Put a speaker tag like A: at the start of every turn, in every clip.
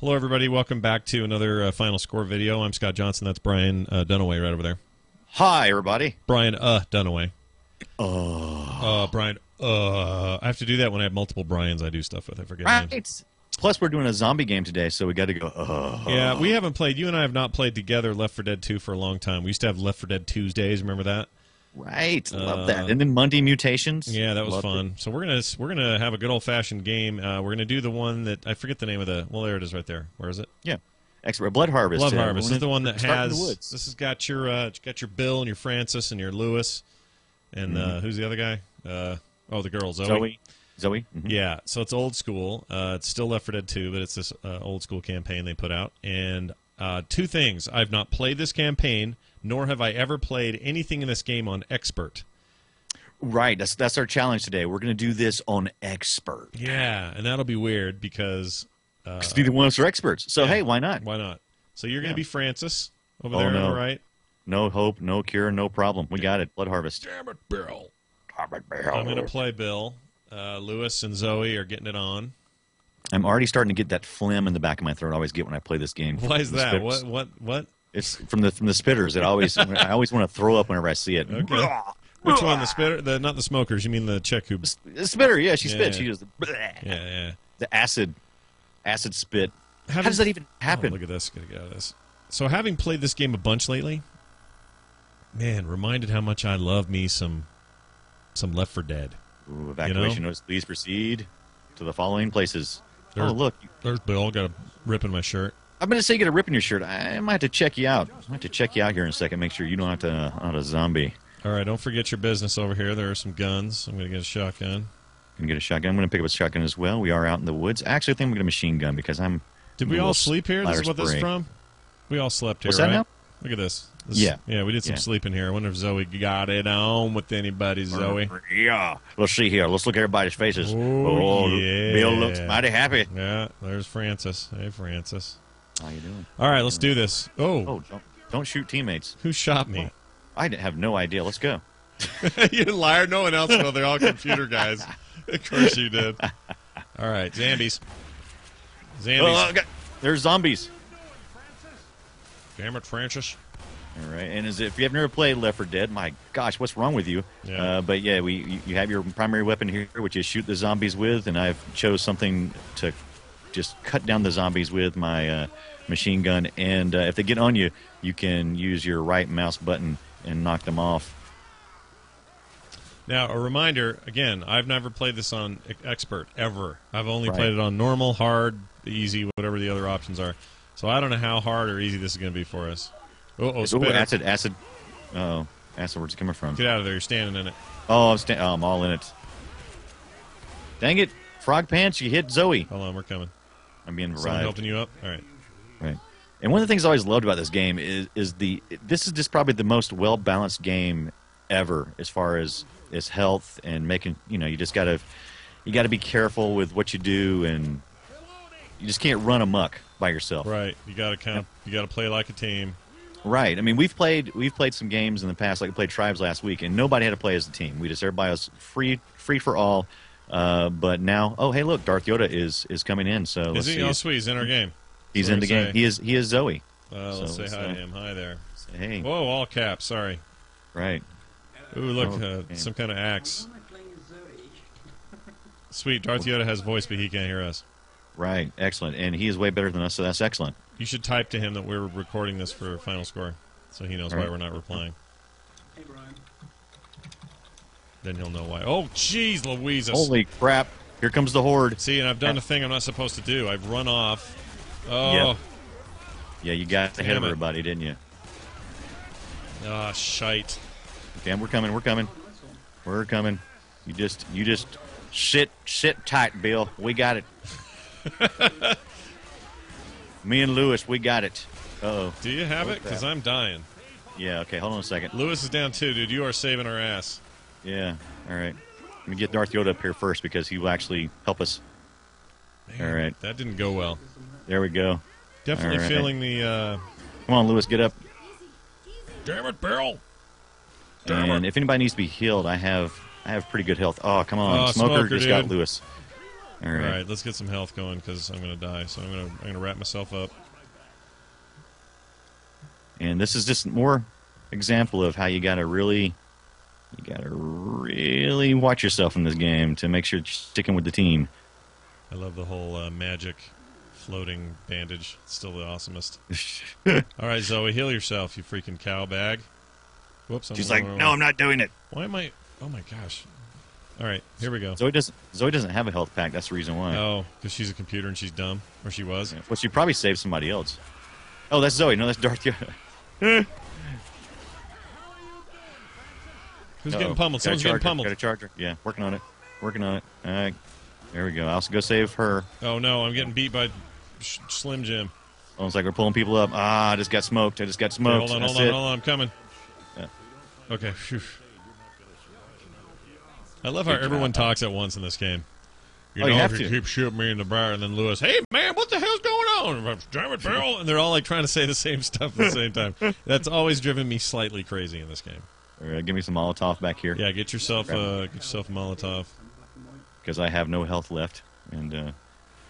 A: Hello, everybody. Welcome back to another uh, final score video. I'm Scott Johnson. That's Brian uh, Dunaway right over there.
B: Hi, everybody.
A: Brian uh, Dunaway. Uh, Brian. Uh, I have to do that when I have multiple Brians. I do stuff with. I forget. names.
B: Right. Plus, we're doing a zombie game today, so we got to go. Uh,
A: Yeah, we haven't played. You and I have not played together Left for Dead 2 for a long time. We used to have Left for Dead Tuesdays. Remember that?
B: right. Love that. And then Monday mutations.
A: Uh, Yeah, that was
B: Love
A: fun. So we're gonna we're gonna have a good old fashioned game. Uh, we're gonna do the one that I forget the name of the. Well, there it is, right there. Where is it?
B: it. Yeah. Expert Blood Harvest.
A: Love
B: uh,
A: Harvest. This
B: we're
A: is the one that
B: starting in the
A: has.
B: woods.
A: This has got your uh, it's got your Bill and your Francis and your Lewis, and
B: Mm-hmm.
A: uh, who's the other guy? Uh, oh, the girl Zoe.
B: Zoe. Zoe. Mhm.
A: Yeah, so it's old school. Uh, it's still Left 4 Dead 2, but it's this uh, old school campaign they put out. And uh, two things: I've not played this campaign, nor have I ever played anything in this game on expert.
B: Mm-hmm. Right. That's that's our challenge today. We're going to do this on expert.
A: Yeah, and that'll be weird because uh,
B: 'Cause neither one of us are experts. So, hey, why not?
A: why not? So you're going
B: Yeah.
A: to be Francis over
B: Oh,
A: there,
B: no.
A: on the right?
B: No hope, no cure, no problem. We got it. Blood Harvest.
A: Damn it, Bill!
B: Harvest.
A: I'm
B: Oh.
A: going to play Bill. Uh, Lewis and Zoe are getting it on.
B: I'm already starting to get that phlegm in the back of my throat. I always get when I play this game.
A: Why is
B: The
A: that?
B: spitters.
A: What? What? What?
B: It's from the from the spitters. It always I always want to throw up whenever I see it.
A: Okay. Which one? The spitter? The not the smokers. You mean the chick who?
B: The spitter, yeah, she spit.
A: Yeah.
B: She does the,
A: Yeah, yeah.
B: the acid, acid spit. How
A: Having-
B: does that even
A: Oh,
B: happen?
A: look at this. Gotta get out of this. So, having played this game a bunch lately, man, reminded how much I love me some some Left for Dead.
B: Ooh, evacuation
A: You know?
B: notice. Please proceed to the following places.
A: There-
B: Oh, look.
A: There's Bill. Got a rip in my shirt.
B: I'm going to say you got a rip in your shirt. I, I might have to check you out. I might have to check you out here in a second. Make sure you don't have to uh, not a zombie.
A: All right, don't forget your business over here. There are some guns. I'm gonna get a shotgun.
B: I'm going to get a shotgun. I'm going to pick up a shotgun as well. We are out in the woods. Actually, I think I'm going to machine gun because I'm.
A: Did
B: I'm
A: we
B: a
A: all
B: little
A: sleep here? This is
B: splatter
A: what this is
B: spray.
A: from. We all slept here,
B: What's that
A: right?
B: now?
A: Look at this. This-
B: Yeah.
A: yeah, we did some
B: Yeah.
A: sleeping here. I wonder if Zoe got it on with anybody. Zoe.
B: Yeah. Let's see here. Let's look at everybody's faces.
A: Oh, yeah.
B: Bill looks mighty happy.
A: Yeah, there's Francis. Hey, Francis.
B: How you doing?
A: All right, let's do this.
B: Oh, don't, don't shoot teammates.
A: Who shot me?
B: I have no idea. Let's go.
A: you liar. No one else will. They're all computer guys. of course you did. All right, Zambies.
B: Oh,
A: Zambies.
B: God. There's zombies.
A: Damn it, Francis.
B: All right, and as if you have never played Left 4 Dead, my gosh, what's wrong with you?
A: Yeah.
B: Uh, but yeah, we you- you have your primary weapon here, which is shoot the zombies with, and I've chose something to just cut down the zombies with my uh, machine gun. And uh, if they get on you, you can use your right mouse button and knock them off.
A: Now, a reminder again, I've never played this on e- expert ever. I've only
B: Right.
A: played it on normal, hard, easy, whatever the other options are. So I don't know how hard or easy this is going to be for us. Oh, oh,
B: Ooh,
A: spit.
B: acid, acid. Oh, acid. Where's it coming from?
A: Get out of there. You're standing in it.
B: Oh, I'm, sta- oh, I'm all in it. Dang it, frog pants! You hit Zoe.
A: Hold on, we're coming.
B: I'm being
A: Someone
B: right.
A: helping you up? All right.
B: Right. And one of the things I always loved about this game is is the this is just probably the most well balanced game ever as far as as health and making you know you just gotta you gotta be careful with what you do and you just can't run amok by yourself.
A: Right. You got to count. You got to play like a team.
B: Right. I mean we've played we've played some games in the past like we played Tribes last week and nobody had to play as a team. We just everybody was free free for all. Uh, but now oh hey look Darth Yoda is is coming in so
A: Is
B: let's
A: he?
B: see
A: Oh,
B: if
A: sweet. He's in our game.
B: he's
A: Sorry
B: in the
A: to
B: game.
A: say.
B: He is he is Zoe.
A: Uh, let's
B: So
A: say
B: it's,
A: hi to
B: uh,
A: him. Hi there.
B: Hey.
A: Whoa, all caps. Sorry.
B: Right.
A: Ooh, look,
B: Oh,
A: uh,
B: man.
A: some kind of axe.
C: am I playing as Zoe?
A: Sweet, Darth Yoda has voice, but he can't hear us.
B: Right, excellent. And he is way better than us, so that's excellent.
A: You should type to him that we're recording this for final score, so he knows why
B: Alright.
A: we're not replying.
C: Hey, Brian.
A: Then he'll know why. Oh, jeez, Louise.
B: Holy crap! Here comes the horde.
A: See, and I've done a thing I'm not supposed to do. I've run off. Oh,
B: Yep. Yeah, you got ahead
A: Damn
B: of
A: it.
B: everybody, didn't you?
A: ah, shite.
B: Damn, we're coming. We're coming. We're coming. You just, you just sit, sit tight, Bill. We got it. Me and Lewis, we got it. Oh,
A: Do you have
B: Oh,
A: it? Because
B: crap.
A: I'm dying.
B: yeah. Okay, hold on a second.
A: Lewis is down too, dude. You are saving our ass.
B: Yeah. All right. Let me get Darth Yoda up here first because he will actually help us.
A: Man,
B: All right.
A: That didn't go well.
B: There we go.
A: Definitely
B: Alright.
A: feeling the. Uh,
B: Come on, Lewis, get up.
A: Damn it, Bill! Damn
B: And
A: it.
B: if anybody needs to be healed, I have I have pretty good health. Oh, come on,
A: Oh,
B: smoker,
A: Smoker,
B: just got
A: dude.
B: Lewis. All
A: All
B: right.
A: right, let's get some health going because I'm gonna die. So I'm gonna I'm gonna wrap myself up.
B: And this is just more example of how you got to really, you got to really watch yourself in this game to make sure you're sticking with the team.
A: I love the whole uh, magic floating bandage. It's still the awesomest. All right, Zoe, heal yourself, you freaking cow bag. Whoops. I'm
B: She's like, no, I'm not doing it.
A: Why am I? Oh my gosh. All right, here we go.
B: Zoe doesn't. Zoe doesn't have a health pack. That's the reason why.
A: Oh, because she's a computer and she's dumb, or she was.
B: Well, she probably saved somebody else. Oh, that's Zoe. No, that's Darth. Yoda.
A: Who's
B: Uh-oh.
A: getting
B: Got
A: pummeled?
B: a
A: Someone's getting
B: charger, Got a
A: pummeled.
B: charger. Yeah, working on it. Working on it. All right. There we go. I'll go save her.
A: Oh no, I'm getting beat by Sh- Slim Jim.
B: Oh, it's like we're pulling people up. Ah, I just got smoked. I just got
A: Okay,
B: smoked.
A: hold on,
B: That's
A: hold on,
B: it.
A: hold on. I'm coming.
B: Yeah.
A: Okay. phew. I love how
B: Good job.
A: everyone talks at once in this game. You
B: Oh,
A: know,
B: you have
A: if you
B: to.
A: keep shooting me in the bar, and then Lewis, hey man, what the hell's going on? Damn it, Bill! And they're all like trying to say the same stuff at the same time. That's always driven me slightly crazy in this game.
B: All right, give me some Molotov back here
A: Yeah, get yourself, uh, get yourself a Molotov.
B: because I have no health left, and uh,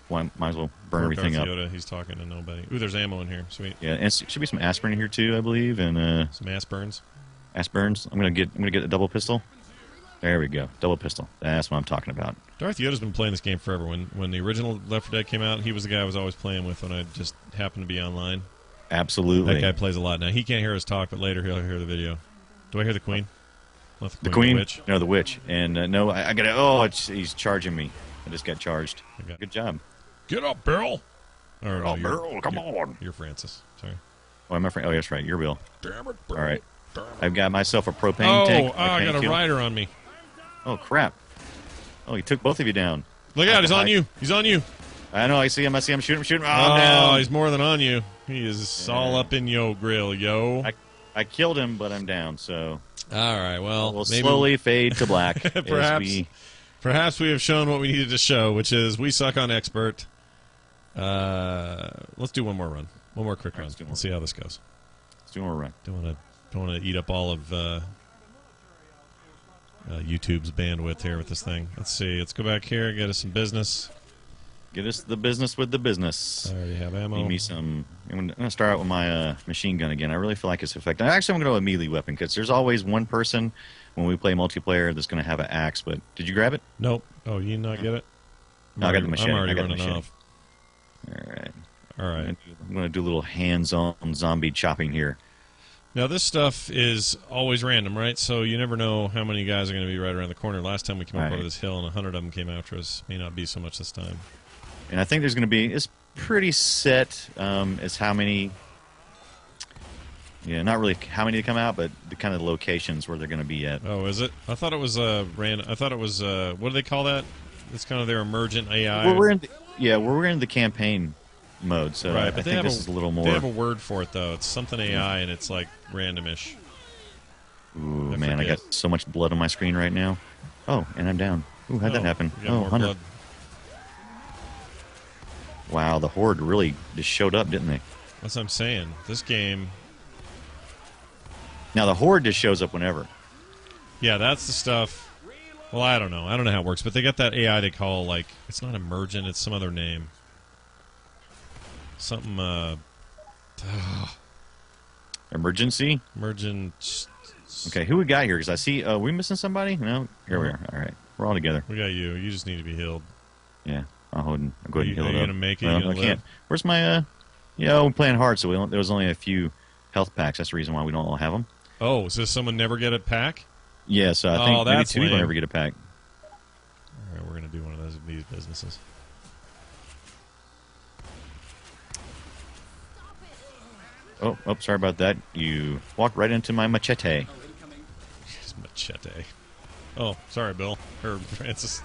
B: why, might as well burn
A: Poor
B: everything up.
A: Yoda, he's talking to nobody. Ooh, there's ammo in here. Sweet.
B: Yeah, and s- should be some aspirin in here too, I believe, and uh,
A: Some ass burns.
B: aspirins. I'm gonna get. I'm gonna get a double pistol. There we go. Double pistol. That's what I'm talking about.
A: Darth Yoda's been playing this game forever. When when the original Left 4 Dead came out, he was the guy I was always playing with when I just happened to be online.
B: Absolutely.
A: That guy plays a lot now. He can't hear us talk, but later he'll hear the video. Do I hear the queen? Not
B: The
A: the
B: queen?
A: witch.
B: No, the witch. And uh, no, I, I gotta. Oh, it's, he's charging me. I just got charged.
A: Okay.
B: Good job.
A: Get up, Bill. Or,
B: Oh, Bill, come on.
A: You're Francis. Sorry.
B: Oh, am I? Fr- oh, that's right. You're Bill.
A: Damn it,
B: All right. I've got myself a propane
A: Oh,
B: tank.
A: oh, I got a
B: can't kill-
A: rider on me.
B: Oh crap! Oh, he took both of you down.
A: Look
B: I
A: out, he's
B: can
A: on
B: hide.
A: you. He's on you.
B: I know. I see him. I see him. Shoot him. Shoot him. Oh,
A: oh,
B: no.
A: he's more than on you. He is all
B: Yeah.
A: up in yo grill, yo.
B: I, I killed him, but I'm down. So
A: all right, well,
B: we'll
A: maybe
B: slowly fade to black. as
A: Perhaps.
B: we-
A: Perhaps we have shown what we needed to show, which is we suck on expert. Uh, let's do one more run, one more quick
B: All right,
A: run.
B: let's do one
A: Let's see how this goes.
B: let's do a run.
A: Don't want to don't want to eat up all of uh, uh, YouTube's bandwidth here with this thing. Let's see. Let's go back here. Get us some business.
B: Get us the business with the business.
A: I already have ammo.
B: Give me some. I'm gonna- I'm gonna start out with my uh, machine gun again. I really feel like it's effective. Actually, I'm gonna go with melee weapon because there's always one person when we play multiplayer that's gonna have an axe. But did you grab it?
A: Nope. Oh, you did not get it. I'm
B: No, I got the
A: already-
B: machete.
A: I'm already
B: I got the
A: running
B: machete.
A: off.
B: All right.
A: All
B: I'm gonna
A: right.
B: do- I'm gonna do a little hands-on zombie chopping here.
A: Now this stuff is always random, right? So you never know how many guys are going to be right around the corner. Last time we came up
B: Right.
A: over this hill, and a hundred of them came after us. May not be so much this time.
B: And I think there's gonna be it's pretty set um, as how many. Yeah, not really how many to come out, but the kind of locations where they're gonna be at.
A: Oh, is it? I thought it was uh, ran. I thought it was uh, what do they call that? It's kind of their emergent AI.
B: Well, we're in the, yeah, we're in the campaign mode, so I,
A: right,
B: I
A: but they
B: think
A: have
B: this
A: a,
B: is a little
A: They
B: more.
A: have a word for it though. It's something AI, and it's like randomish.
B: Ooh,
A: I
B: man, I
A: forget.
B: got so much blood on my screen right now. Oh, and I'm down. Ooh, how'd
A: Oh,
B: that happen?
A: we got
B: Oh,
A: more
B: 100.
A: blood.
B: Wow, the horde really just showed up, didn't they?
A: That's what I'm saying. This game.
B: Now, the horde just shows up whenever.
A: Yeah, that's the stuff. Well, I don't know. I don't know how it works, but they got that AI they call like it's not emergent. It's some other name. Something uh,
B: Emergency?
A: emergent.
B: Okay, who we got here? Because I see, uh, we missing somebody? No? Here we are. All right. We're all together.
A: We got you. You just need to be healed.
B: Yeah, I'll hold and I'll go
A: Are
B: ahead and
A: you-
B: heal
A: are
B: it
A: you
B: up.
A: gonna make it?
B: Well,
A: You gonna
B: I can't.
A: live?
B: Where's my, uh, yeah, we're playing hard, so we don't, there was only a few health packs. That's the reason why we don't all have them.
A: Oh, so does someone never get a pack?
B: Yeah, so I
A: Oh,
B: think maybe
A: that's
B: two will
A: lame.
B: never get a pack.
A: All right, we're gonna do one of those these businesses.
B: Oh, oh, sorry about that. You walked right into my machete.
C: Oh, incoming.
A: It's machete. Oh, sorry, Bill or Francis.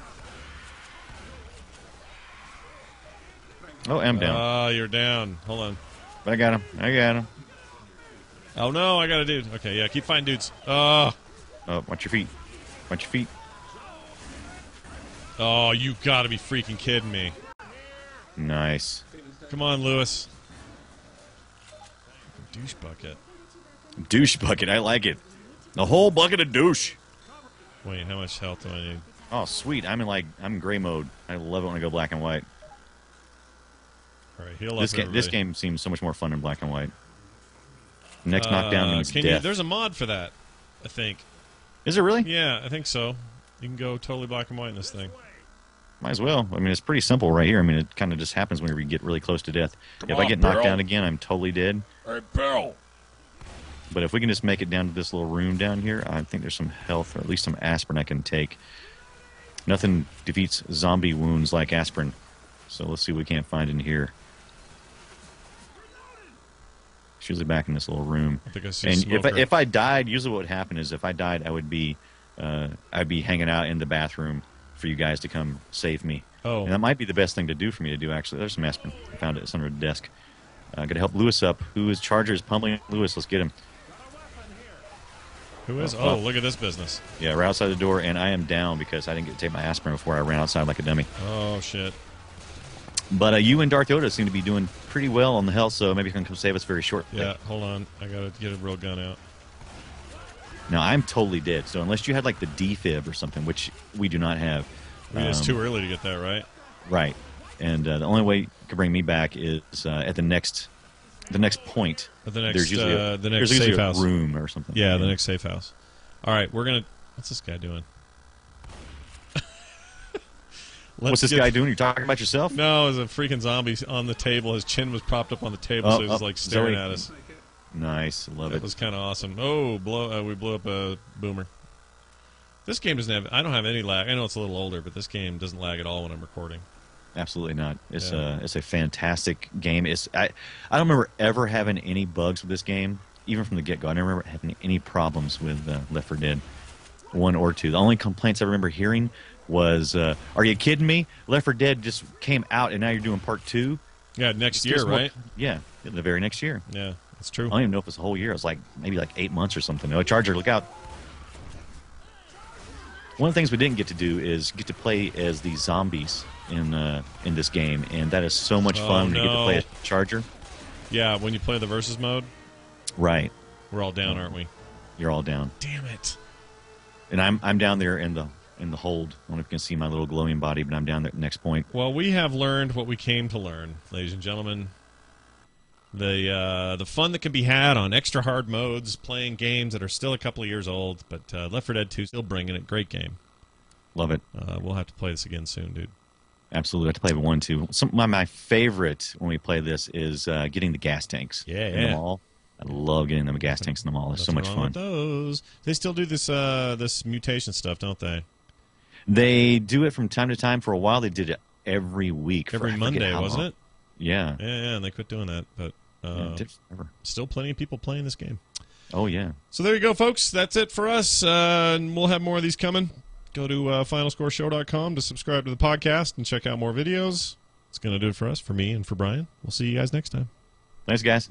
B: Oh, I'm down.
A: Ah, you're down. Hold on.
B: But I got him. I got him.
A: Oh no, I got a dude. Okay, yeah, keep finding dudes. Oh,
B: Oh, watch your feet. Watch your feet.
A: oh, you gotta be freaking kidding me.
B: Nice.
A: Come on, Lewis. Douche bucket.
B: Douche bucket. I like it. A whole bucket of douche.
A: Wait, how much health do I need?
B: Oh, sweet. I'm in like I'm gray mode. I love it when I go black and white.
A: All right, heal
B: This
A: up.
B: game, this
A: everybody.
B: game seems so much more fun in black and white. Next
A: Uh,
B: knockdown means
A: can You,
B: death.
A: there's a mod for that, I think.
B: Is it really?
A: Yeah, I think so. You can go totally black and white in this thing.
B: Might as well. I mean, it's pretty simple right here. I mean, it kind of just happens whenever you get really close to death.
D: Come
B: if I
D: on,
B: get knocked
D: Bill.
B: down again, I'm totally dead.
D: Hey, Bill.
B: But if we can just make it down to this little room down here, I think there's some health or at least some aspirin I can take. Nothing defeats zombie wounds like aspirin. So let's see what we can't find in here. It's usually back in this little room.
A: I think I see a
B: And if
A: smoker.
B: I, if I died, usually what would happen is if I died, I would be uh, I'd be hanging out in the bathroom for you guys to come save me.
A: Oh.
B: and that might be the best thing to do for me to do. Actually, there's some aspirin. I found it. It's under the desk. Uh, I'm gonna help Lewis up. Who is Charger is pummeling Lewis? Let's get him.
A: Who is?
B: Oh,
A: Oh, look at this business.
B: Yeah, we're outside the door, and I am down because I didn't get to take my aspirin before I ran outside like a dummy.
A: Oh shit.
B: But uh, you and Darth Yoda seem to be doing pretty well on the health, so maybe you can come save us very shortly.
A: Yeah, hold on. I gotta get a real gun out.
B: Now I'm totally dead, so unless you had like the defib or something, which we do not have.
A: I mean, it's
B: um,
A: too early to get that right.
B: Right. And uh, the only way you can bring me back is uh, at the next the next point.
A: At the next,
B: there's usually a,
A: uh, the next
B: there's usually
A: safe
B: a
A: house.
B: room or something.
A: Yeah, the next safe house. All right, we're gonna. What's this guy doing?
B: What's
A: Let's
B: this
A: get-
B: guy doing? You're talking about yourself?
A: No, it was a freaking zombie on the table. His chin was propped up on the table,
B: Oh,
A: so he was
B: oh,
A: like staring
B: Zoe.
A: at us.
C: Like it.
B: Nice, love
A: That
B: it.
A: was kind of awesome. Oh, blow! Uh, we blew up a boomer. This game doesn't have. I don't have any lag. I know it's a little older, but this game doesn't lag at all when I'm recording.
B: Absolutely not. It's
A: Yeah.
B: uh, it's a fantastic game. It's I I don't remember ever having any bugs with this game, even from the get go. I don't remember having any problems with uh, Left 4 Dead, one or two. The only complaints I remember hearing was, uh, "Are you kidding me? Left 4 Dead just came out, and now you're doing part two
A: Yeah, next
B: Give
A: year,
B: us more-
A: right?
B: Yeah, the very next year.
A: Yeah, that's true.
B: I don't even know if it was a whole year. It was like maybe like eight months or something. Oh, Charger, look out. One of the things we didn't get to do is get to play as the zombies in uh, in this game, and that is so much
A: Oh,
B: fun when you get to
A: no.
B: play as Charger.
A: Yeah, when you play the versus mode,
B: Right,
A: we're all down, aren't we?
B: you're all down,
A: Damn it!
B: and I'm I'm down there in the in the hold. I don't know if you can see my little glowing body, but I'm down there at the next point.
A: Well, we have learned what we came to learn, ladies and gentlemen. The uh, the fun that can be had on extra hard modes, playing games that are still a couple of years old, but uh, Left 4 Dead 2 still bringing it. Great game.
B: Love it.
A: Uh, we'll have to play this again soon, dude.
B: Absolutely, I have to play with one too. Some my, my favorite when we play this is uh, getting the gas tanks.
A: Yeah,
B: in
A: yeah.
B: the mall. I love getting them gas tanks in the mall. It's Oh, so much
A: Nothing wrong
B: fun.
A: with those they still do this uh, this mutation stuff, don't they?
B: They do it from time to time. For a while, they did it every week. for I
A: Every
B: forget
A: Monday,
B: how
A: wasn't
B: long.
A: it?
B: Yeah.
A: Yeah, yeah. And they quit doing that, but
B: Yeah,
A: uh,
B: it did forever.
A: still plenty of people playing this game.
B: Oh yeah.
A: So there you go, folks. That's it for us. Uh, and we'll have more of these coming. Go to uh, finalscoreshow.com to subscribe to the podcast and check out more videos. It's going to do it for us, for me, and for Brian. We'll see you guys next time.
B: Thanks, guys.